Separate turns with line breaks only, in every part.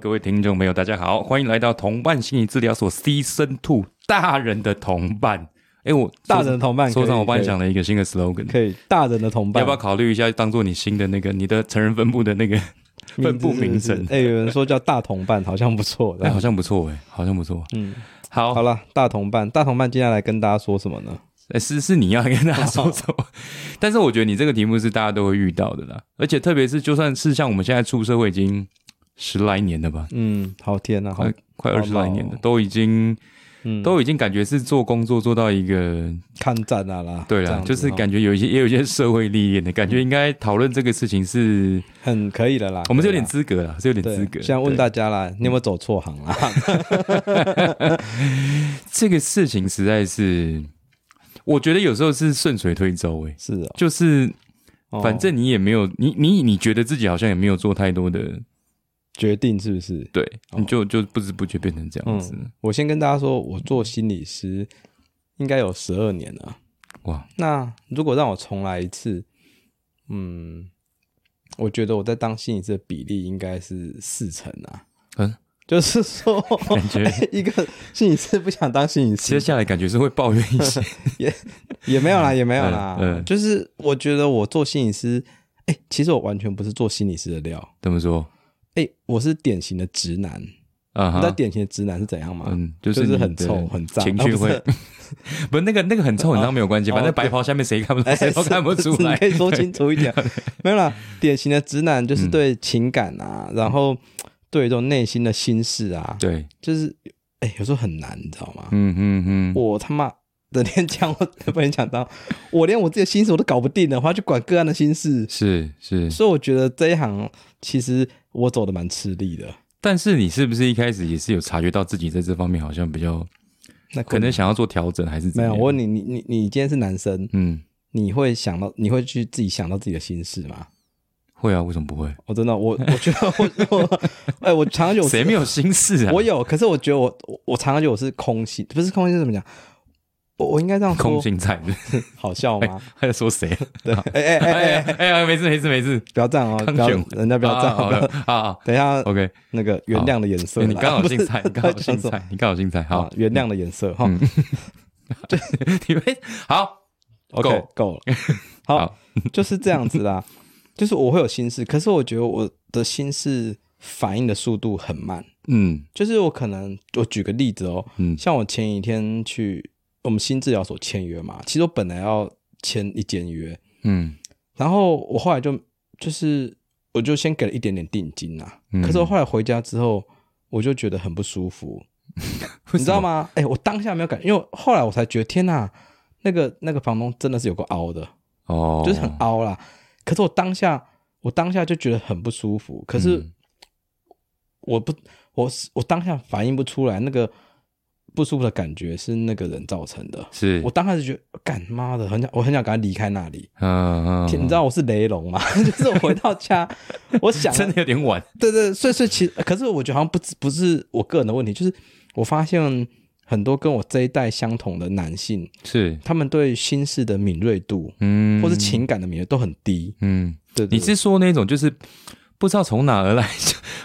各位听众朋友，大家好，欢迎来到同伴心理治疗所 Season Two 大人的同伴。哎，我
大人的同伴可以，
收藏我帮你
可以
想了一个新的 slogan，
可以，大人的同伴
要不要考虑一下，当做你新的那个你的成人分布的那 个分布名
字是
称
不？是哎，有人说叫大同伴，好像不错。
哎，好像不错哎，好像不错。
嗯，
好，
好了，大同伴，大同伴，接下来跟大家说什么呢？
欸、是是你要跟大家说什么？ 但是我觉得你这个题目是大家都会遇到的啦，而且特别是就算是像我们现在出社会已经十来年了吧，
嗯，好天呐，好
快快
好
二十来年了，
老哦
都已经
嗯
哎都已经感觉是做工作做到一个
看战啊啦，
对
这
啦，
样子
就是
哦
感觉有一些也有一些社会历练的感觉，应该讨论这个事情是
很可以了啦。
我们是有
可以
点
啦
资格啦，是有点
啊对啊
资格。
现在问
对
大家啦，你有没有走错行啊啦？
这个事情，实在是我觉得有时候是顺水推舟诶、欸
是哦
就是
哦，
反正你也没有你你你觉得自己好像也没有做太多的
决定是不是？
对，你就就不知不觉变成这样子，
我先跟大家说，我做心理师应该有十二年了。
哇，
那如果让我重来一次，嗯，我觉得我在当心理师的比例应该是四成啊。
嗯，
就是说，
感觉
一个心理师不想当心理
接
师，
下来感觉是会抱怨一 些，
也没有啦，也没有啦。
嗯嗯
就是我觉得我做心理师，哎、其实我完全不是做心理师的料。
怎么说
哎、我是典型的直男。
啊
你知道
哈？
典型的直男是怎样吗？
嗯，
就是
你的
很臭、很脏，
情绪会
啊不是
不是那个那个很臭很脏没有关系，
哦
反正白袍下面谁看不
哎，
谁都看不
是
出
是你
来，
可以说
对嗯
清楚一点。没有啦，典型的直男就是对情感啊，然后对这种内心的心事啊，
对，
就是哎、有时候很难，你知道吗？
嗯嗯嗯，
我他妈整天讲我不能讲到，我连我自己的心事我都搞不定的话，去管个案的心事，
是是，
所以我觉得这一行其实我走的蛮吃力的。
但是你是不是一开始也是有察觉到自己在这方面好像比较
那
可能想要做调整，还是怎
没
么
有，
样
我问你，你你你今天是男生，
嗯，
你会想到，你会去自己想到自己的心事吗？
会啊，为什么不会？
我真的，我我觉得我 我，哎、我常常有
谁没有心事啊？
我有，可是我觉得我我我常常觉得我是空心，不是空心是怎么讲？我我应该这样
空
说，
心哎菜是不是，
好笑吗？
他在说谁？
对，哎
哎
哎哎
呀
哎，
哎呀，没事没事没事，
不要 这样哦，
康
不要
选
人家不要这
啊好了
样，哦
啊
等一下
，OK。
那个原谅的颜色
对
啦，
你刚好
不是
姓 蔡，你刚好姓
讲
蔡，你刚好姓蔡。
错
好嗯
啊，原谅的颜色哈
你们好，
，OK 够了，好
好，
就是这样子啦，就是我会有心事，可是我觉得我的心事反应的速度很慢，
嗯
就是我可能我举个例子哦，
嗯
像我前几天去我们新治疗所签约嘛，其实我本来要签一间约，
嗯
然后我后来就就是我就先给了一点点定金啊，
嗯
可是我后来回家之后，我就觉得很不舒服，你知道吗？哎、我当下没有感，因为我后来我才觉得天呐，那个那个房东真的是有个凹的，
哦，
就是很凹啦。可是我当下我当下就觉得很不舒服，可是
嗯
我不我是我当下反应不出来那个不舒服的感觉是那个人造成的。
是
我当时觉得，干妈的，很想，我很想赶快离开那里。
嗯嗯，
天你知道我是雷龙吗？ 就是我回到家， 我想，
真的有点晚，
对对，所以所以其实，可是我觉得好像不止不是我个人的问题，就是我发现很多跟我这一代相同的男性，
是
他们对心事的敏锐度
嗯，
或是情感的敏锐度都很低。
嗯，
对对
你是说那种就是不知道从哪而来，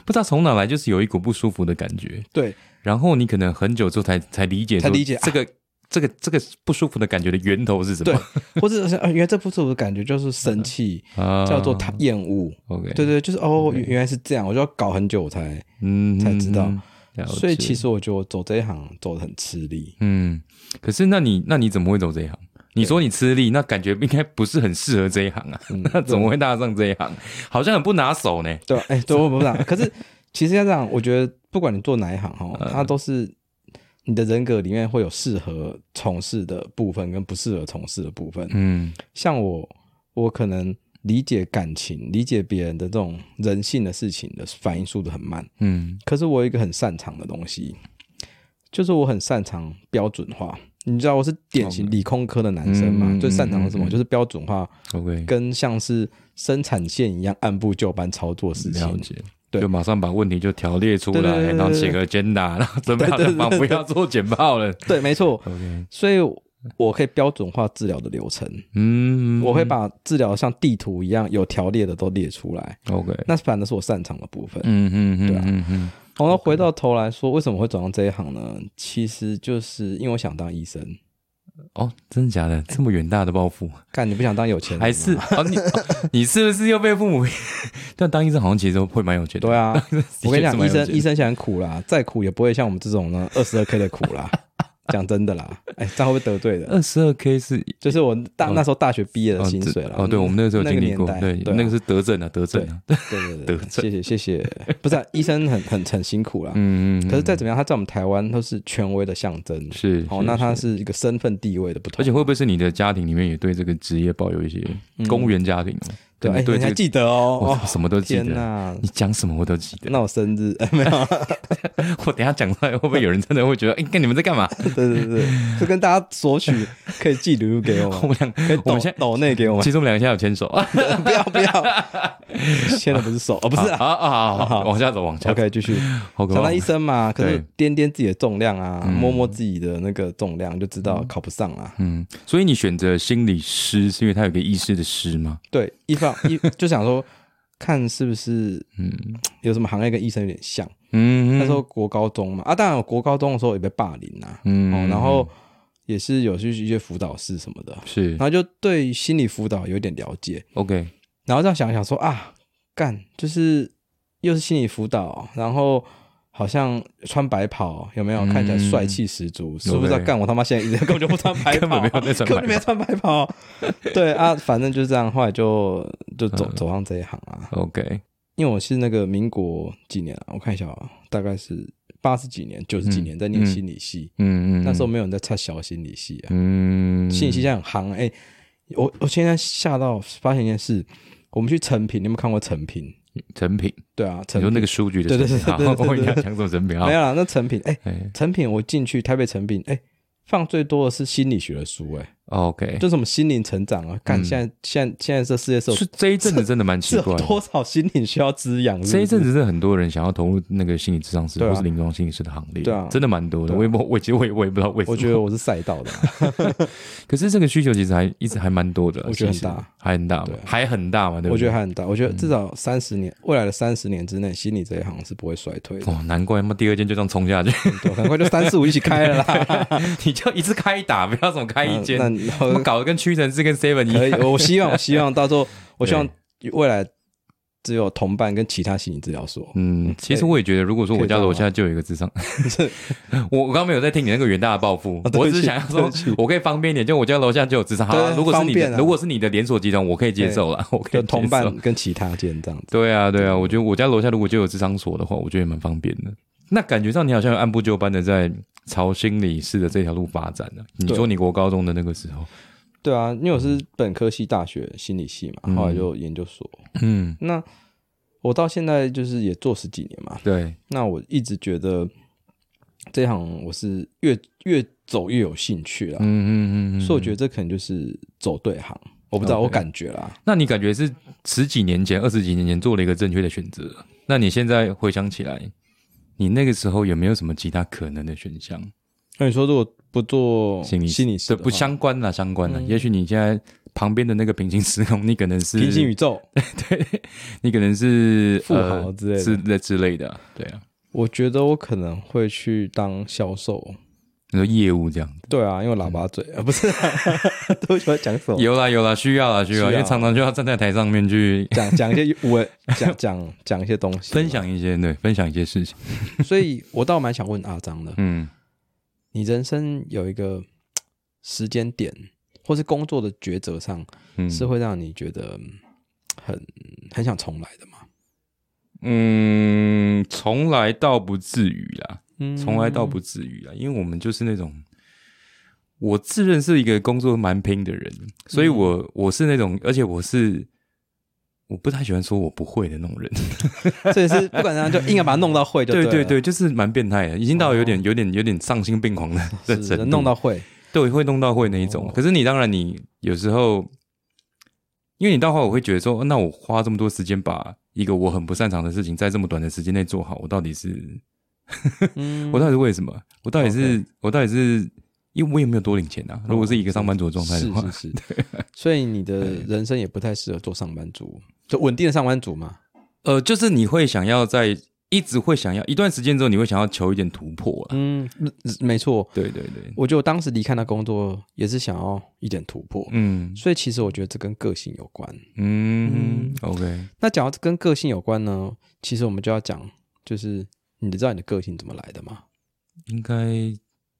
不知道从哪来，就是有一股不舒服的感觉，
对
然后你可能很久之后才才理解，
才理解啊
这个这个这个不舒服的感觉的源头是什
对
么？，
或者是、呃、 原来这不舒服的感觉就是生气，
啊
叫做他厌恶。
OK，
对，对，就是哦，原原来是这样，我就要搞很久我才。
嗯，
才知道
嗯。嗯
所以其
了解
实我觉得我走这一行走的很吃力。
嗯，可是那你那你怎么会走这一行？你说你吃力，那感觉应该不是很适合这一行啊，
嗯
那怎么会踏上这一行？好像很不拿手呢。
对，哎、对，我 不知道。可是其实要这样，我觉得不管你做哪一行哦，
嗯
它都是你的人格里面会有适合从事的部分跟不适合从事的部分。
嗯
像我，我可能理解感情、理解别人的这种人性的事情的反应速度很慢，
嗯
可是我有一个很擅长的东西，就是我很擅长标准化。你知道我是典型理工科的男生嘛？
哦嗯
最擅长的是什么？
嗯嗯
就是标准化，
，OK，
跟像是生产线一样按部就班操作事情
了。解。
对
就马上把问题就条列出
对对
来，
对对
然后写个简答，然后准备好
对
的
对对
房
对
不要做简报了。
对，没错。
OK，
所以我可以标准化治疗的流程，
嗯，
我会把治疗像地图一样有条列的都列出来，
OK，
那反正是我擅长的部分。
嗯嗯嗯，
对啊
嗯嗯
好，那回到头来说，为什么会走上这一行呢？其实就是因为我想当医生。
哦，真的假的？这么远大的抱负，
干，你不想当有钱人吗？
还 是哦你哦你是不是又被父母？ 但当医生好像其实都会蛮有钱的，
对啊，我跟你讲，医生医
生
生想苦啦，再苦也不会像我们这种 呢二十二 k 的苦啦。讲真的啦，哎，这样会不会得罪人？
二十二 k 是
就是我大那时候大学毕业的
呃哦
薪
这
水啦。
哦，对，我们那个时候有经历过，
那个
对
年代，对啊
那个是德政啊，德政啊，
对对
得
对，谢谢谢谢，不是啊医生很很很辛苦啦。
嗯嗯，嗯
可是再怎么样，他在我们台湾都是权威的象征。
是
哦，
是
那他
是
是一个身份地位的不
而
同。
且会不会是你的家庭里面也对这个职业抱有一些公务员家庭啊？
对，
可
哎，
能对
你
这
还
个
记得哦
我？
哦
什么都记
天
得，
哪！
你讲什么我都记得。
那我生日， 哎没有啊，
我等一下讲出来，会不会有人真的会觉得，哎， 看你们在 干嘛？
对对对，就跟大家索取，可以寄礼物给我
我
们，
们俩，
可以
我
抖
们现在。
抖内给我 们，
其实我们两个现在有牵手啊，
不要不要，牵的不是手，哦不是啊。
啊啊，好好往下走，往下走，
OK，继续。
好可
想
怕
当医。生嘛，可是掂掂自己的重量啊，
嗯
摸摸自己的那个重量，就知道考不上啊。
嗯，所以你选择心理师是因为他有个医师的师吗？
对，一方一 就想说，看是不是
嗯
有什么行业跟医生有点像。
嗯，
那时候国高中嘛，啊，当然我国高中的时候也被霸凌啊，
嗯嗯
哦，然后也是有去一些辅导室什么的，
是
然后就对心理辅导有点了解，
OK，
然后这样想一想说啊，干就是又是心理辅导，然后好像穿白袍有没有？
嗯
看起来帅气十足，是不是
OK
在干？我他妈现在一直 根本就不穿 白袍，
根本没有在穿白袍
根本没有穿白袍。对啊，反正就是这样，后来就就走、
嗯
走上这一行啊。
OK，
因为我是那个民国几年啊，我看一下啊，大概是八十几年、九十几年
嗯
在念
嗯
心理系，
嗯嗯，
那时候没有人在插小心理系啊。
嗯，
心理系现在很夯啊哎、我我现在吓到发现一件事，我们去成品，你有没有看过成品？
成品，
对啊，
你
成
说
品
那个数据的
对对对
成品
对对
好
对对
我一下讲什么成品啊？
没有啦，那成品哎、
哎
成品我进去台北成品哎、放最多的是心理学的书哎、
哦，OK，
就什么心灵成长啊，干、
嗯
现在现在现在这世界上
是这一阵子真的蛮奇
是
怪
有
的。
多少心灵需要滋养？是不是
这一阵子是很多人想要投入那个心理咨商师
对啊
或是临床心理师的行列，
对啊
真的蛮多的。
对啊
我也不，我其实我也我也不知道为什么。
我觉得我是赛道的啊、
可是这个需求其实还一直还蛮多的啊，
我觉得很
其实
大，
还很大嘛
对，
还很大嘛，对不对？
我觉得还很大。我觉得至少三十年，未来的三十年之内，心理这一行是不会衰退的。
哦，难怪他妈第二间就这样冲下去，
对，很快就三四五一起开了啦。
你就一次开一打，不要怎么开一间，
那
他
那
妈搞得跟屈臣氏跟 Seven 一
可以，
样。嗯
我希望，我希望到时候，我希望未来只有同伴跟其他心理治疗所。
嗯，其实我也觉得，如果说我家楼下就有一个智 商，我我刚刚没有在听你那个远大的抱负，
啊对
我
不起
只是想要说
对不起，
我可以方便一点，就我家楼下就有智商。好啊，
对
如果是你
方便
的，
啊
如果是你的连锁集团，我可以接受了，我可以
就
接
同
受
伴跟其他间这样子。
对啊，对啊，我觉得我家楼下如果就有智商所的话，我觉得也蛮方便的。那感觉上你好像有按部就班的在朝心理师的这条路发展呢、你
对
说你国高中的那个时候，
对啊，因为我是本科系大学心理系嘛，后来就研究所。
嗯，
那我到现在就是也做十几年嘛，
对，
那我一直觉得这行我是越越走越有兴趣啦，
嗯嗯嗯嗯。
所以我觉得这可能就是走对行。我不知道，
OK
我感觉啦，
那你感觉是十几年前、二十几年前做了一个正确的选择？那你现在回想起来，你那个时候有没有什么其他可能的选项？
那你说如果不做
心理
心理师
这
的
不
话
相关啦，相关啦。也许你现在旁边的那个平行时空，你可能是
平行宇宙，
你可能是
富豪之类的
之类之类的啊，对啊，
我觉得我可能会去当销售。
你说业务这样。
对啊，因为我喇叭嘴啊，不是、啊， 对不起，我在讲什么？
有啦有啦，需要啦需要，
需要
因为常常就要站在台上面去
讲讲一些我讲讲讲一些东西，
分。享一些对，分享一些事情。
啊所以我倒蛮想问阿张的，
嗯
你人生有一个嘖时间点，或是工作的抉择上，
嗯，
是会让你觉得嗯很很想重来的吗？
嗯，从来倒不至于啦，
嗯
从来倒不至于啦，因为我们就是那种。我自认是一个工作蛮拼的人，所以我、
嗯
我是那种，而且我是我不太喜欢说我不会的那种人。
这也是不管怎样就硬要把它弄到会就
对
对
对
了哦
对，就是蛮变态的，已经到有点、有点有点丧心病狂的的
是
程度。
能弄到会，
对，会弄到会那一种。
哦
可是你当然，你有时候，因为你到后来我会觉得说，哦那我花这么多时间把一个我很不擅长的事情，在这么短的时间内做好，我到底是，
嗯
我到底是为什么？我到底是，我到底是因为我也没有多领钱啊。如果是一个上班族的状态
是
的话，
哦是是，所以你的人生也不太适合做上班族，就稳定的上班族嘛。
呃，就是你会想要在一直会想要一段时间之后，你会想要求一点突破啊。
嗯，没错，
对对对，
我觉得我当时离开那工作也是想要一点突破，
嗯
所以其实我觉得这跟个性有关。
嗯，OK，
那讲到跟个性有关呢，其实我们就要讲，就是你知道你的个性怎么来 的吗？
应该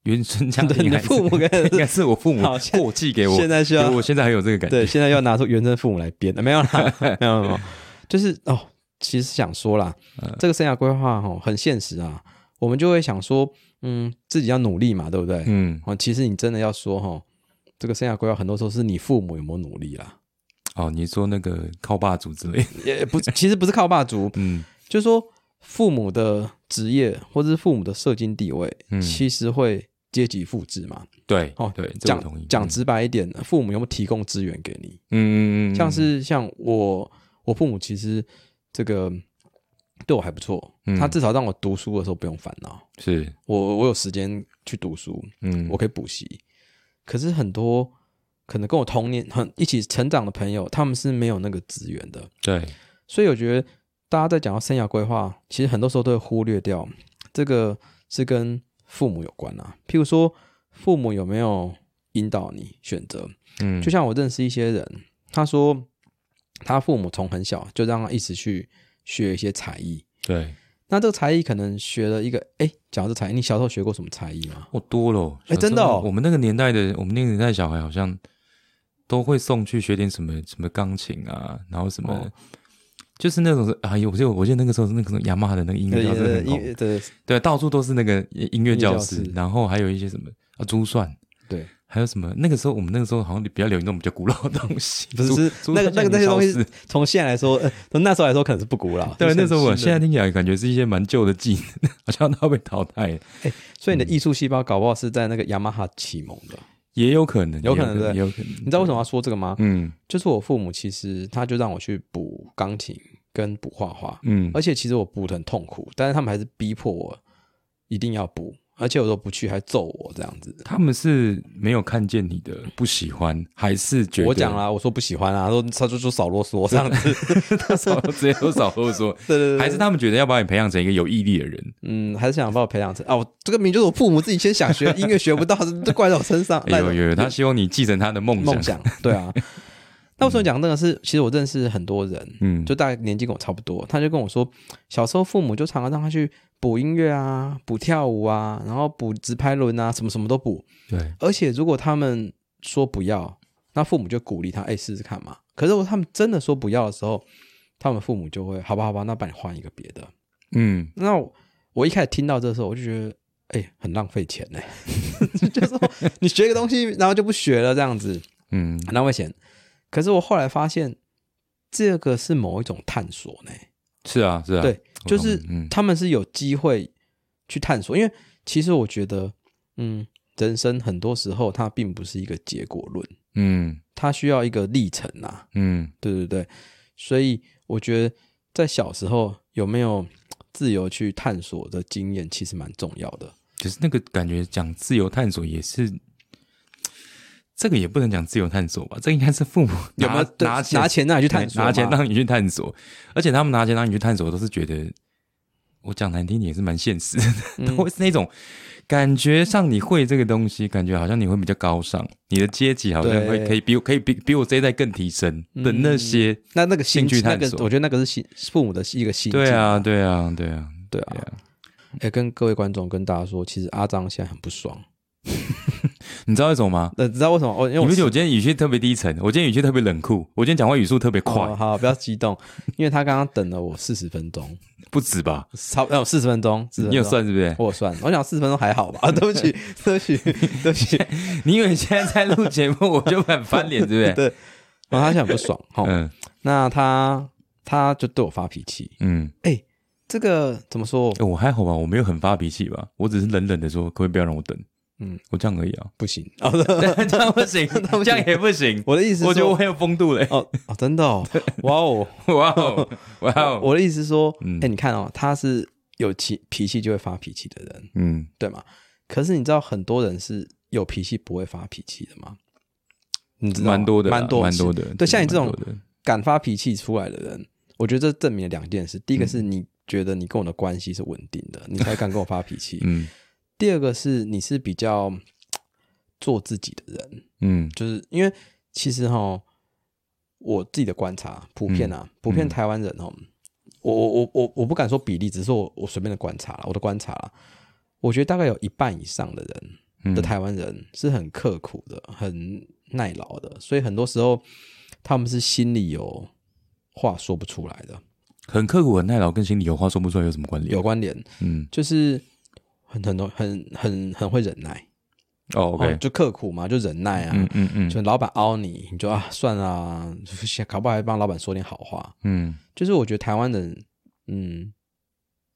原生家
对你
庭
的
还是
父母跟
应该是我父母
好现
过继给我，
现在需要
对我现在还有这个感觉。
对，现在要拿出原生父母来编，没有啦，没有没有没有，就是哦，其实想说啦，
嗯
这个生涯规划哦很现实啊，我们就会想说，嗯，自己要努力嘛，对不对？
嗯，
哦，其实你真的要说哈、哦，这个生涯规划很多时候是你父母有没有努力啦，
哦，你说那个靠霸主之类 的，
也不，其实不是靠霸主，
嗯
就是说父母的职业或者是父母的社经地位，
嗯，
其实会阶级复制嘛。
对，
哦
对，这我同意嗯
讲。讲直白一点，父母有没有提供资源给你？
嗯，嗯嗯嗯，
像是像我，我父母其实这个对我还不错，
嗯
他至少让我读书的时候不用烦恼，
是，
我我有时间去读书，
嗯，
我可以补习。可是很多可能跟我同年很一起成长的朋友，他们是没有那个资源的，
对，
所以我觉得大家在讲到生涯规划，其实很多时候都会忽略掉这个是跟父母有关啊。譬如说，父母有没有引导你选择？
嗯，
就像我认识一些人，他说他父母从很小就让他一直去学一些才艺。
对，
那这个才艺可能学了一个，哎，讲到这才艺，你小时候学过什么才艺吗？
哦，多了哦，小
哎真的
时候
哦
我们那个年代的，我们那个年代的小孩好像都会送去学点什么什么钢琴啊，然后什么，
哦
就是那种是哎呦，我记得我记得那个时候是那个什么雅马哈的那个音乐教室很红，
对对
对，到处都是那个音乐教
呃音
室
乐教室，
然后还有一些什么啊珠算。
对，
还有什么？那个时候我们那个时候好像比较流行那种比较古老的东 西，
不是是
珠
那个那个那些
珠算
东，
像你
西
小时，
从现在来说，呃，从那时候来说可能是不古老。
对，
就是
那时候我
很新
现
的
在听起来感觉是一些蛮旧的技能，好像都要被淘汰了。
所以你的艺术细胞搞不好是在那个雅马哈启蒙的。
也有可能，
有可能对
也有可能。
你知道为什么要说这个吗？
嗯
就是我父母其实他就让我去补钢琴跟补画画，
嗯，
而且其实我补的很痛苦，但是他们还是逼迫我一定要补，而且我说不去还揍我这样子。
他们是没有看见你的不喜欢，还是觉得
我讲啦，我说不喜欢啊，说他就说少啰嗦这样子。
少直接都少啰 嗦，
对对对，
还是他们觉得要把你培养成一个有毅力的人？
嗯，还是想把我培养成啊，我这个名就是我父母自己先想学音乐学不到，就怪在我身上。
哎
赖着
呦
我
呦，有他希望你继承他的梦
梦想，对啊。 那为什么讲这个是？其实我认识很多人，
嗯，
就大概年纪跟我差不多，他就跟我说，小时候父母就常常让他去补音乐啊、补跳舞啊，然后补直拍轮啊，什么什么都补。
对，
而且如果他们说不要，那父母就鼓励他，哎、试试看嘛。可是如果他们真的说不要的时候，他们父母就会，好吧，好吧，那帮你换一个别的。
嗯，
那我我一开始听到这的时候，我就觉得，哎、很浪费钱呢、 就是说你学一个东西，然后就不学了，这样子
嗯，
很浪费钱。可是我后来发现，这个是某一种探索呢、
是啊，是啊，
对，
我
就
懂
是
嗯
他们是有机会去探索，因为其实我觉得，嗯，人生很多时候它并不是一个结果论，
嗯
它需要一个历程啊，
嗯，
对对对，所以我觉得在小时候有没有自由去探索的经验，其实蛮重要的。
可是那个感觉讲自由探索也是。这个也不能讲自由探索吧，这应该是父母
有没有对
拿拿
拿
钱
钱让你去探
对
索嘛？
拿钱让你去探索，而且他们拿钱让你去探索，都是觉得我讲难听点也是蛮现实
嗯
的， 都会是那种感觉上你会这个东西，感觉好像你会比较高尚，你的阶级好像
对嗯
会可以比我可以比比我这一代更提升的那些，
那那个心
兴趣
境那
探
个
索
我觉得那个是心父母的一个心
对
境
啊，，对啊，对啊，
对啊。哎、跟各位观众跟大家说，其实阿张现在很不爽。
你知道为什么吗？
呃，知道为什么？哦，因
你
为我
不觉得我今天语气特别低沉，我今天语气特别冷酷，我今天讲话语速特别快，
哦好，不要激动，因为他刚刚等了我四十分钟，
不止吧？
差不多哦四十分钟，40分钟
你有？算是不是？
我有算，我想四十分钟还好吧？ 啊，对不起，对不起，对不起。
你以为现在在录节目我就很翻脸，对不对？
对然后他现在很不爽，哈、
嗯
那他他就对我发脾气。
嗯。
这个怎么说？
欸我还好吧，我没有很发脾气吧，我只是冷冷的说，可不可以不要让我等？
嗯，，
我这样而已啊
不行哦，对
这样不 行，这样也不行。
我的意思是说，
我觉得我很有风度嘞，
哦哦，真的哦，哇哦，
哇哦哇哦，
我的意思是说，哎、
嗯
你看哦，他是有脾脾气就会发脾气的人，
嗯
对吗？可是你知道很多人是有脾气不会发脾气的吗？你知道吗
蛮多的啦，
蛮多
蛮
是
多的。
对像你这种
蛮多的
敢发脾气出来的人，我觉得这证明了两件事：第一个是你觉得你跟我的关系是稳定 的，你才敢跟我发脾气；
嗯
第二个是你是比较嘖做自己的人，
嗯
就是因为其实哈，我自己的观察，普遍啊，
嗯
普遍台湾人哦，我我我我我不敢说比例，只是我我随便的观察啦，我的观察啦，我觉得大概有一半以上的人
嗯
的台湾人是很刻苦的，很耐劳的，所以很多时候他们是心里有话说不出来的，
很刻苦、很耐劳，跟心里有话说不出来有什么关联？
有关联，
嗯
就是很很多很很很会忍耐
哦
哦
，OK，
就刻苦嘛，就忍耐啊，
嗯嗯嗯
就老板凹你，你就啊算了、啊，就是搞不好还帮老板说点好话。
嗯
就是我觉得台湾人，嗯，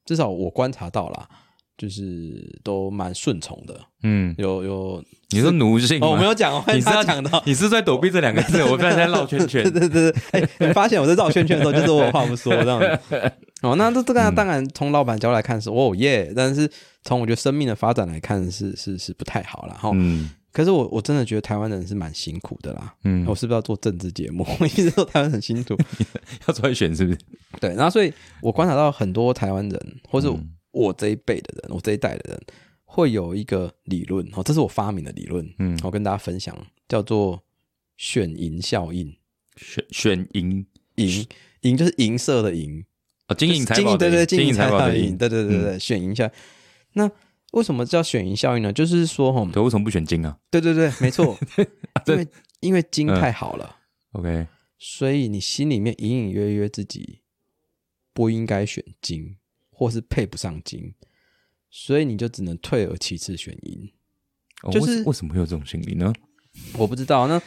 至少我观察到啦，就是都蛮顺从的，
嗯，
有有
你说奴性吗？
哦，我没有讲，我
你是要
他讲到，
你是不是在躲避这两个字，我不然在绕圈圈
对。对对，对哎、 你发现我在绕圈圈的时候，就是我有话不说这样子。哦，那这这个当然从老板角度来看是哦
嗯
耶，但是从我觉得生命的发展来看是是是不太好了哈。
嗯
可是我我真的觉得台湾人是蛮辛苦的啦。哦
嗯，
我是不是要做政治节目？ 我一直说台湾很 辛苦，
要出来选是不是？
对。然后所以我观察到很多台湾人，或是
嗯
我这一辈的人，我这一代的人，会有一个理论哦，这是我发明的理论，
嗯
我跟大家分享，叫做选赢效应。
选选赢
赢赢就是银色的银，
哦，金银财
经
宝
营
的
对对经
金
营
银嗯财宝
宝
的
赢，
赢，
对对对对，选赢效应。那为什么叫选赢效应呢？就是说，吼，
对，为什啊么不选金啊
对对对，没错，
这
因为因为金
嗯
太好了，
？OK，
所以你心里面隐隐约约自己不应该选金，或是配不上金，所以你就只能退而其次选赢。
哦
就是
为什为什么会有这种心理呢？
我不知道，那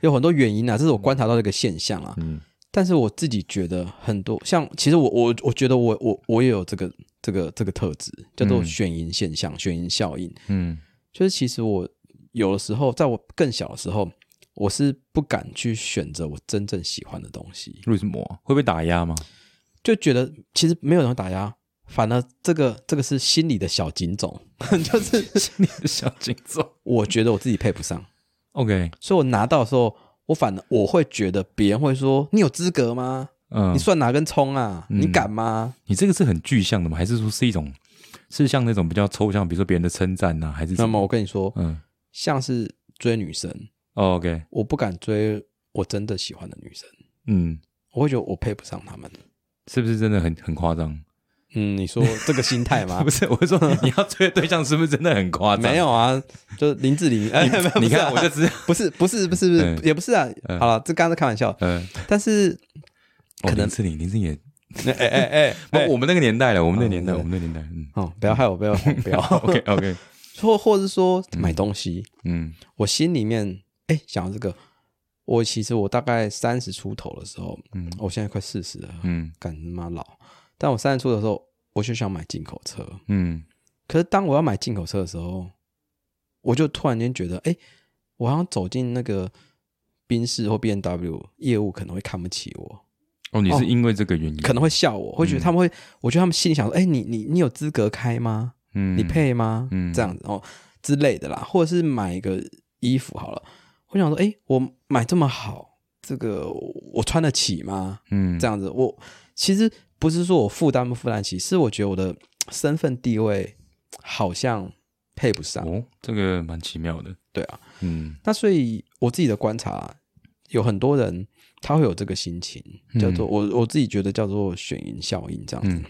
有很多原因啊，这是我观察到的一个现象啊。
嗯
但是我自己觉得很多，像其实我我我觉得我我我也有这个这个这个特质，叫做
嗯
选赢现象、选赢效应。
嗯
就是其实我有的时候，在我更小的时候，我是不敢去选择我真正喜欢的东西，
为什么啊会被打压吗？
就觉得其实没有人会打压，反而这个这个是心里的小警种，就是
你的小警钟。
我觉得我自己配不上，
OK，
所以我拿到的时候，我反而我会觉得别人会说你有资格吗？
嗯，
你
你
算哪根葱啊？你
嗯
敢吗？
这个是很具象的吗？还是说是一种是像那种比较抽象，比如说别人的称赞啊呐，还是什
那么我跟你说，
嗯
像是追女生，
哦，OK，
我不敢追我真的喜欢的女生，
嗯，
我会觉得我配不上她们。
是不是真的很很夸张？
嗯，你说这个心态吗
不？是，我是说你要追的对象是不是真的很夸张？
啊没有啊，就是林 志玲。哎，没有
你看
不
我
是
就
啊
知道，
不是不是不是不是
嗯
也不是啊。
嗯
好了，这刚刚在开玩笑，
嗯，
但是
可能是你，哦林志颖也，
哎哎哎
不，我们那个年代了，我们那个年代，
哦
我们那个年代，嗯
哦，不要害 我，不要黄标
，OK OK，
或或是说买东西，
嗯
我心里面哎想到这个，我其实我大概三十出头的时候，嗯
嗯，
我现在快四十了，
嗯
干他妈老。但我三十出头的时候，我就想买进口车，
嗯
可是当我要买进口车的时候，我就突然间觉得，哎、我好像走进那个宾士或 B N W 业务可能会看不起我，
哦，你是因为这个原因，
可能会笑
嗯
我，会觉得他们会，我觉得他们心里想说，哎、你你你有资格开吗？
嗯
你，配吗？
嗯
这样子哦之类的啦，或者是买一个衣服好了，我想说，哎、我买这么好，这个我穿得起吗？
嗯，
这
样，
样子，我其实不是说我负担不负担得起，是我觉得我的身份地位好像配不上。
哦，这个蛮奇妙的，
对啊，
嗯
那所以我自己的观察，有很多人他会有这个心情，叫做、我我自己觉得叫做选赢效应这样子。
嗯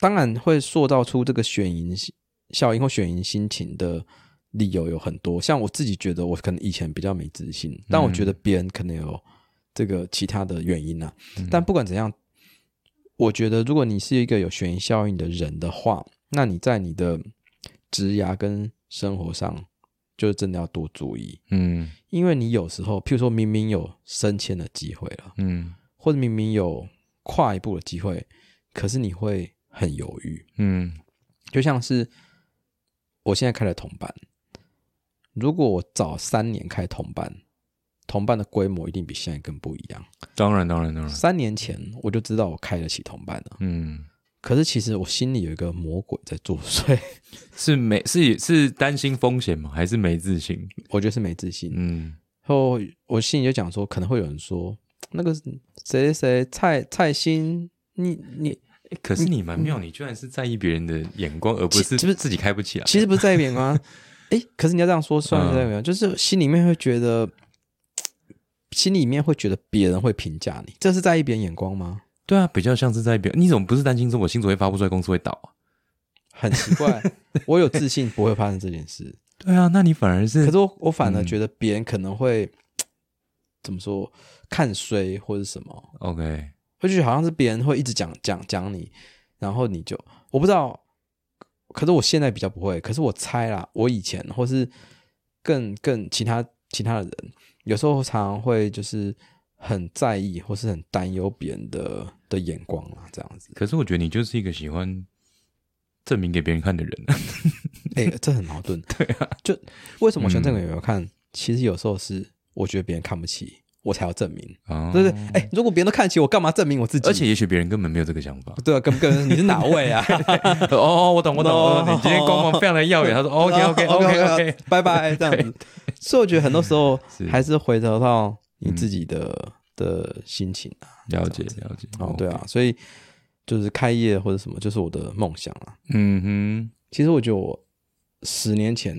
当然会塑造出这个选赢效应或选赢心情的理由有很多，像我自己觉得我可能以前比较没自信，但我觉得别人可能有这个其他的原因啊。但不管怎样，我觉得如果你是一个有选赢效应的人的话，那你在你的职涯跟生活上，就真的要多注意，
嗯
因为你有时候，譬如说明明有升迁的机会了，
嗯
或者明明有跨一步的机会，可是你会很犹豫。
嗯
就像是我现在开了同伴，如果我早三年开同伴，同伴的规模一定比现在更不一样。
当然当然当然，
三年前我就知道我开得起同伴了，
嗯
可是其实我心里有一个魔鬼在作祟，
是没是是担心风险吗？还是没自信？
我觉得是没自信。
嗯
然后我心里就讲说，可能会有人说，那个谁谁谁蔡蔡欣，你你
欸可是你蛮妙，你居然是在意别人的眼光，而不是
嗯其实
自己开不起来。
其实不是在意眼光啊，哎，可是你要这样说，算是在意眼光，就是心里面会觉得，心里面会觉得别人会评价你，这是在意别人眼光吗？
对啊，比较像是在意别人。你怎么不是担心说我薪水会发不出来，公司会倒啊？
很奇怪，我有自信不会发生这件事，
对啊，那你反而是
可是我我反而觉得别人可能会、怎么说看衰或者什么，
OK。
会觉得好像是别人会一直讲讲讲你，然后你就我不知道，可是我现在比较不会，可是我猜啦，我以前或是更更其他其他的人，有时候常常会就是很在意或是很担忧别人的的眼光啦，这样子，
可是我觉得你就是一个喜欢证明给别人看的 人。
哎、这很 矛盾，对啊，就为什么选这
嗯
个有没有看？其实有时候是我觉得别人看不起我才要证明，
哦
对不对？哎、如果别人都看得起我，干嘛证明我自己？。
而且也许别人根本没有这个想法
对啊，根本你是哪位啊
哦 哦，我懂，我懂，我懂。你今天光芒非常的耀眼。他说 哦 OK OK OK OK，
拜拜，这样子。所以我觉得很多时候
是
还是回头到你自己的的心情啊。
了解了解。
哦，对，啊，所以就是开业或者什么，就是我的梦想啊。
嗯
其实我觉得我十年前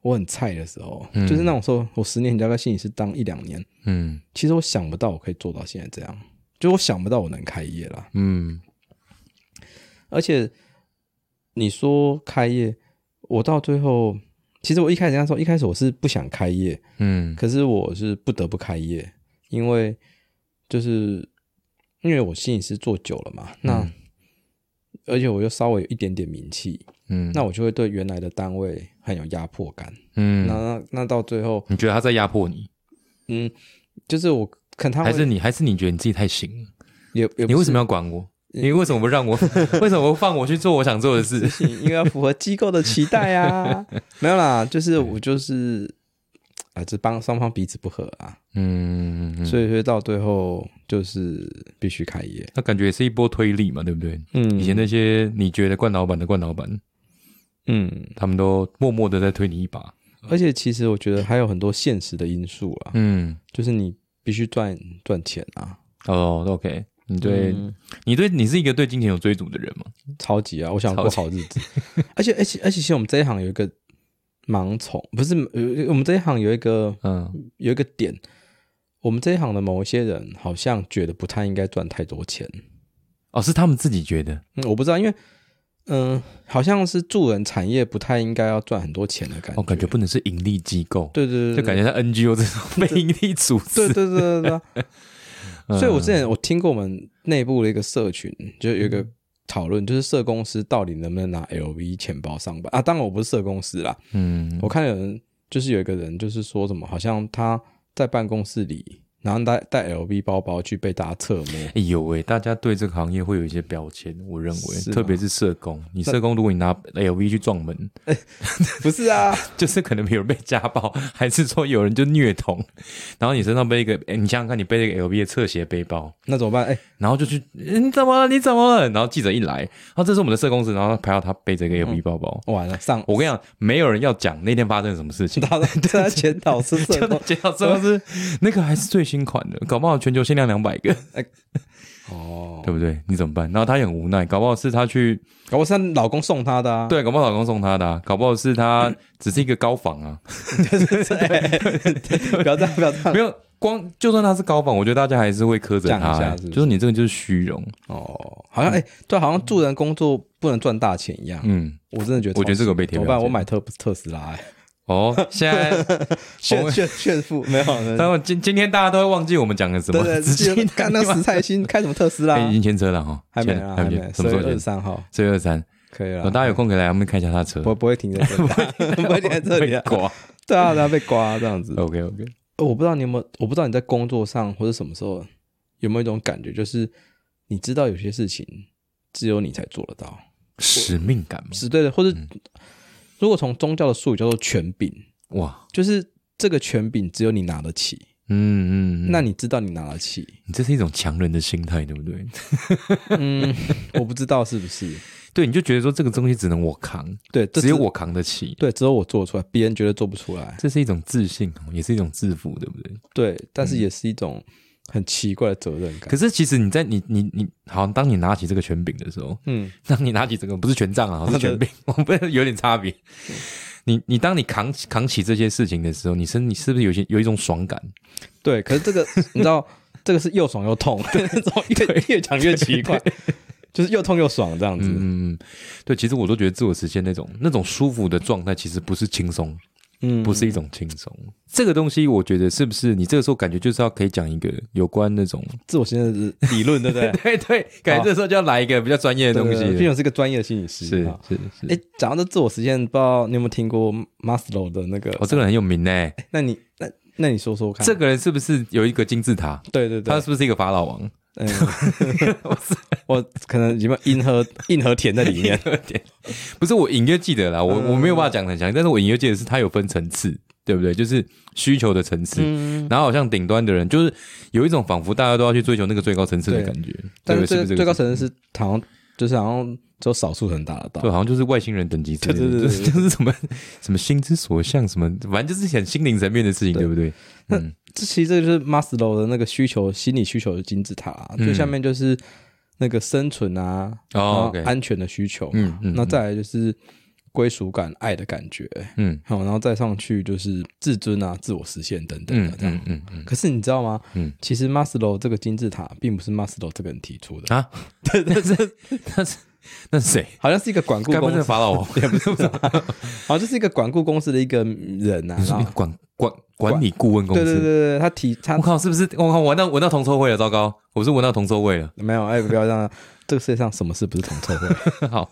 我很菜的时候，就是那种时候，我十年前在心理师当一两年，
哼，嗯
其实我想不到我可以做到现在这样，就我想不到我能开业啦。
嗯，
而且你说开业，我到最后，其实我一开始那时候一开始我是不想开业，
嗯
可是我是不得不开业，因为就是因为我心理师做久了嘛，那、而且我又稍微有一点点名气，
嗯，
那我就会对原来的单位很有压迫感。那
嗯，
那那到最后，
你觉得他在压迫你，
嗯，就是我看他会
还是你还是你觉得你自己太行了？
也也
你为什么
要？
要管我？你为什么不让 我？为什么不放我去做我想做的事？
因为要符合机构的期待 啊，没有啦，就是我就是啊，这帮双方彼此不和啊，
嗯，嗯嗯
所以所以到最后就是必须开业。
那感觉也是一波推力嘛，对不对？
嗯
以前那些你觉得惯老板的惯老板，
嗯，
他们都默默的在推你一把。
而且其实我觉得还有很多现实的因素 啊，
嗯，
就是你必须赚赚钱啊，
哦，OK，你对
嗯
你对你是一个对金钱有追逐的人吗？
超级啊，我想过好日子。 而且而且而且，其实我们这一行有一个盲从，不是呃我们这一行有一个
嗯，
有一个点，我们这一行的某一些人好像觉得不太应该赚太多钱。
哦，是他们自己觉得。
嗯，我不知道，因为嗯、好像是助人产业不太应该要赚很多钱的感觉。
哦，感觉不能是盈利机构，
对对对，
就感觉像 NGO 这种非盈利组
对
织。
对对对对对。 所以我之前我听过我们内部的一个社群，就有一个讨论，就是社公司到底能不能拿 LV 钱包上班啊？当然我不是社公司啦，
嗯
我看有人就是有一个人就是说什么，好像他在办公室里，然后带带 LV 包包去被大家侧摸。
哎呦喂，大家对这个行业会有一些标签，我认为，
是吗啊
特别是社工。你社工，如果你拿 LV 去撞门，
不是啊，
就是可能有人被家暴， 还是说有人就虐童，然后你身上背一个，哎，你想想看，你背了一个 LV 的侧斜背包，
那怎么办？哎、
然后就去，诶你怎么了？你怎么了？然后记者一来，然后这是我们的社工室，然后拍到他背
嗯
着一个 LV 包包。
完了，上
我跟你讲，没有人要讲那天发生了什么事 情。
他在检讨是社
就
工
是介绍社工师，那个还是最新款的，搞不好全球限量两百 个，
哦，
对不对？你怎么办？然后他也很无奈，搞不好是他去
搞不好是她老公送她的啊。
对，搞不好老公送她的、啊，搞不好是
嗯
她只是一个高仿啊，
对，不要这样，不要这样。
没有光，就算她是高仿，我觉得大家还是会苛责她、
讲一下
欸
是不是
就是你这个就是虚荣，
哦，好像哎、对，好像助人工作不能赚大钱一样。
嗯，
我真的觉得超级，
我觉得这个被贴
怎么办？
标签
我买特特斯拉、哎，
哦，现 在
炫炫炫富 没有？没
当
有
然今今天大家都会忘记我们讲了什么，
嗯对 对，
只记
记
得
得干那个死菜心，开什么特斯拉
哎？已经签车了哈，
还没
签
啊，
了
还
没
没，
什
十
么时
二
候
月
签？
三号
四月二三，
可以了
哦，大家有空可以来我们看一下他的车，
不不会停在这里 啊，不会停在这里啊，
刮
对啊，大家被刮这样子。
，OK OK，
呃我不知道你有没有，我不知道你在工作上或者什么时候有没有一种感觉，就是你知道有些事情只有你才做得到，
嗯使命感嘛，
是对的，或
嗯
者如果从宗教的术语叫做权柄，
哇，
就是这个权柄只有你拿得起，
嗯嗯，
那你知道你拿得起？
你这是一种强人的心态，对不对？
嗯，我不知道是不是？
对，你就觉得说这个东西只能我扛，
对，这
只有我扛得起，
对，只有我做得出来，别人绝对做不出来。
这是一种自信，也是一种自负，对不对？
对，但是也是一种很奇怪的责任感。
嗯可是其实你在你你你好，当你拿起这个权柄的时候，
嗯，
当你拿起这个不是权杖啊，是 权柄，我们有点差别。你你当你扛起扛起这些事情的时候，你身你是不是有些有一种爽感？
对，可是这个 你知道，这个是又爽又 痛， 那种越越讲越奇怪，就是又痛又爽这样子。
嗯嗯，嗯，对，其实我都觉得自我实现那种那种舒服的状态，其实不是轻松，
嗯
不是一种轻松。这个东西，我觉得是不是你这个时候感觉就是要可以讲一个有关那种，？
自我现在的理论，对不对
对对，感觉这时候就要来一个比较专业的东西了
对对对毕竟我是个专业的心理师。
是
啊
是是。
哎，讲到这自我实现，不知道你有没有听过 Maslow 的那个？
哦，这个人很有名呢、
那你那那你说说看，
这个人是不是有一个金字塔？
对对
他
对，
是不是一个法老王？
嗯，我可能有没有硬核硬核填在里 面？
不是，我隐约记得啦，我
嗯
我没有办法讲得很详细，但是我隐约记得是他有分层次，对不对？就是需求的层次，
嗯
然后好像顶端的人就是有一种仿佛大家都要去追求那个最高层次的
对
感觉，
但
对不对
是
是
最
不是这
最
个
高层次是好像就是好像只有少数人达得到
对，。好像就是外星人等级之类的，
对对
就
对
是 就是什么什么心之所向，什么反正就是很心灵层面的事情，对不对？
这其实这就是马斯洛的那个需求心理需求的金字塔、啊，最下面就是那个生存啊，
嗯
然
哦
后
，OK，
安全的需求嘛，
嗯嗯
那再来就是归属感、爱的感觉，
嗯
好，然后再上去就是自尊啊、自我实现等等
嗯
的这样。
嗯嗯 嗯
可是你知道吗？
嗯
其实马斯洛这个金字塔并不是马斯洛这个人提出的，
啊，那是那是那是谁？
好像是一个管顾
该不
公
会是
司，
法老王？
也不 是吧，好像就是一个管顾公司的一个人啊。
你
然
说
后
管管管理顾问公
对
司？
对对对，他提他
我靠，是不是？我靠，闻到闻到铜臭味了，糟糕！我是闻到铜臭味了。
没有，哎，不要这样，这个世界上什么事不是同臭会？
好，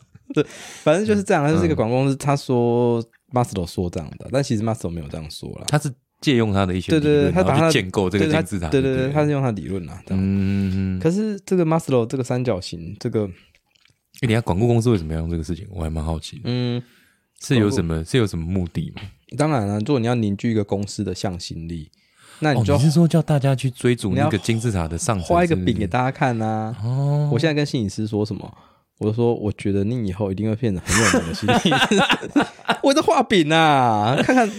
反正就是这样，他
嗯
就是一个广告公司，他说马斯洛说这样的，但其实马斯洛没有这样说啦。
他是借用他的一些
对对对
理论
他把
然后
他
去建构这个
对他
金字塔，
对
对
对，
不
他是用他的理论啦。这样
嗯，
可是这个马斯洛这个三角形，这个
哎等一下广告公司为什么要用这个事情？我还蛮好奇的，
嗯，
是有什么是有什么目的吗？
当然了，如果你要凝聚一个公司的向心力，那
哦
你，就
你是说叫大家去追逐
你
那
要
个金字塔的上层
画一个
是不
饼
是
给大家看呐。
哦，
我现在跟心理师说什么？我说，我觉得你以后一定会变得很有名的心理师。 我在画饼啊，看看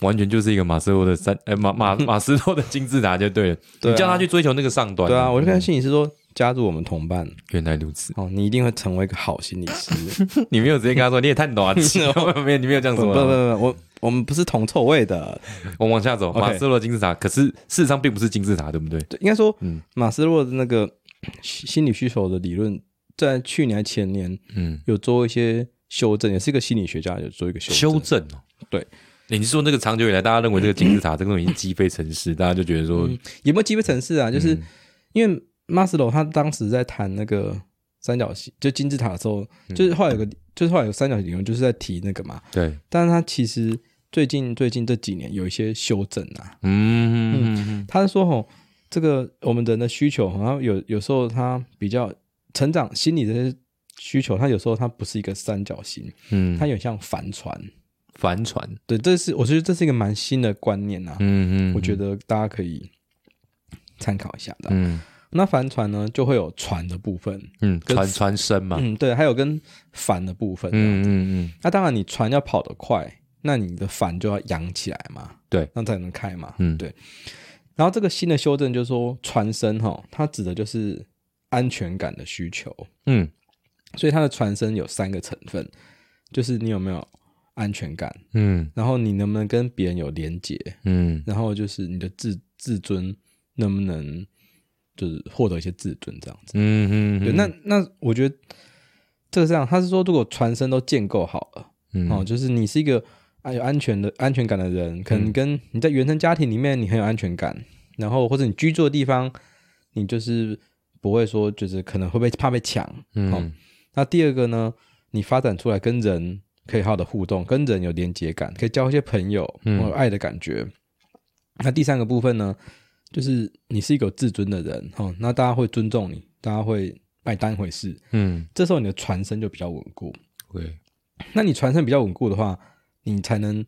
完全就是一个马斯洛的三，呃，马 马马斯洛的金字塔就对了。
对啊
你叫他去追求那个上端，
对啊，我就跟心理师说，加入我们同伴
原来如此。
哦，你一定会成为一个好心理 师。
你没有直接跟他说你也太暖了， 没有，你没有这样
不
说
不
啊。
不不，我我们不是同臭味的，
我们往下走，
OK
马斯洛金字塔，可是事实上并不是金字塔，对不对？
对应该说
嗯
马斯洛的那个心心理需求的理论，在去年还前年
嗯，
有做一些修正，也是一个心理学家有做一个修
修
正。
正哦，
对
欸你是说那个长久以来大家认为这个金字塔 这个东西已经击飞城市，大家就觉得说，
有没有机会城市啊？就是
嗯
因为马斯洛他当时在谈那个三角形，就金字塔的时候，
嗯
就是后来有个就是后来有三角形理论，就是在提那个嘛。
对，
但是他其实最近最近这几年有一些修正啊，
嗯，
他是说吼，这个我们人的需求，好像有有时候他比较成长心理的这些需求，它有时候它不是一个三角形，
嗯，
它有点像帆船。
帆船，
对，这是我觉得这是一个蛮新的观念呐、啊，
嗯嗯，
我觉得大家可以参考一下的。
嗯
那帆船呢，就会有船的部分，
嗯，船船身嘛，
嗯，对，还有跟帆的部分。嗯，
嗯嗯嗯，
那当然你船要跑得快，那你的帆就要扬起来嘛，
对，
那才能开嘛，
嗯
对。然后这个新的修正就是说，船身哈，它指的就是安全感的需求，
嗯
所以它的船身有三个成分，就是你有没有安全感，
嗯
然后你能不能跟别人有连结，
嗯
然后就是你的自自尊能不能就是获得一些自尊这样子。
嗯
对，
嗯，
那那我觉得这个是这样，他是说如果船身都建构好了。哦，
嗯
就是你是一个啊有安全的安全感的人，可能
嗯
跟你在原生家庭里面你很有安全感，然后或者你居住的地方，你就是不会说就是可能会被怕被抢。哦
嗯，
那第二个呢，你发展出来跟人可以好好的互动，跟人有连接感，可以交一些朋友，
嗯
有爱的感觉。那第三个部分呢，就是你是一个有自尊的人，哦，那大家会尊重你，大家会把你当一回事，
嗯，
这时候你的船身就比较稳固。
对，
那你船身比较稳固的话，你才能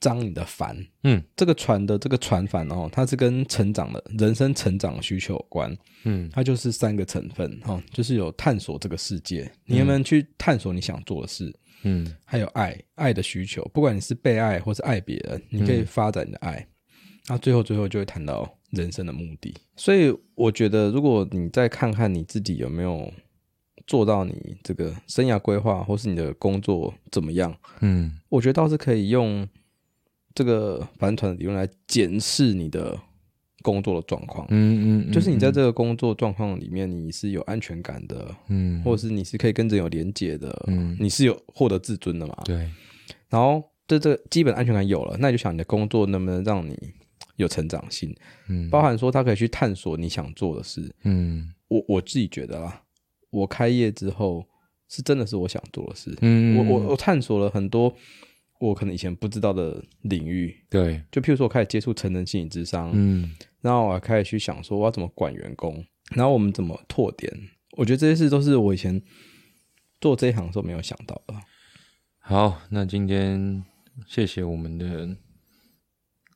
张你的帆。
嗯
这个船的这个船帆哦，它是跟成长的人生成长的需求有关。
嗯
它就是三个成分哈、哦，就是有探索这个世界，你有没有去探索你想做的事，
嗯
还有爱爱的需求，不管你是被爱或是爱别人，你
嗯
可以发展你的爱。那、最后最后就会谈到人生的目的，所以我觉得，如果你再看看你自己有没有做到你这个生涯规划，或是你的工作怎么样，
嗯
我觉得倒是可以用这个反转的理论来检视你的工作的状况。
嗯嗯，
就是你在这个工作状况里面，你是有安全感的，
嗯
或者是你是可以跟人有连结的，
嗯
你是有获得自尊的嘛？
对
然后这这个基本安全感有了，那你就想你的工作能不能让你有成长性，
嗯
包含说他可以去探索你想做的事。
嗯
我我自己觉得啦，我开业之后是真的是我想做的事，
嗯
我我我探索了很多我可能以前不知道的领域，
对
就譬如说我开始接触成人心理智商，
嗯
然后我还开始去想说我要怎么管员工，然后我们怎么拓点，我觉得这些事都是我以前做这一行的时候没有想到的。
好，那今天谢谢我们的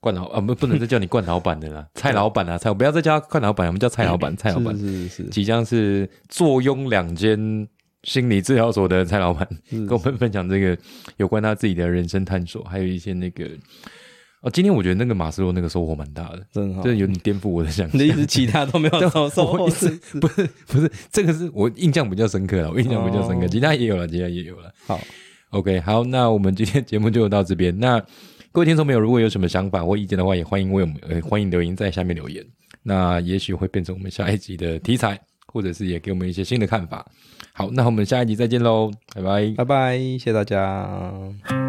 冠老啊，不不能再叫你冠老板的啦，蔡老板啊，蔡不要再叫他冠老板，我们叫蔡老板，蔡老板
是是是，
即将是坐拥两间心理治疗所的蔡老板，
是
跟我们分享这个有关他自己的人生探索，还有一些那个哦，今天我觉得那个马斯洛那个收获蛮大的，
真的好
真的有点颠覆我的想 象
你的。意思其他都没有收收
我
获
一直
是是
不是不是，这个是我印象比较深刻了，我印象比较深刻，
哦
其他也有了，其他也有了。
好，
OK，好，那我们今天 节目就到这边。那各位听众朋友，如果有什么想法或意见的话，也欢迎为我们呃欢迎留言在下面留言。那也许会变成我们下一集的题材，或者是也给我们一些新的看法。好，那我们下一集再见喽，拜拜。
拜拜，谢谢大家。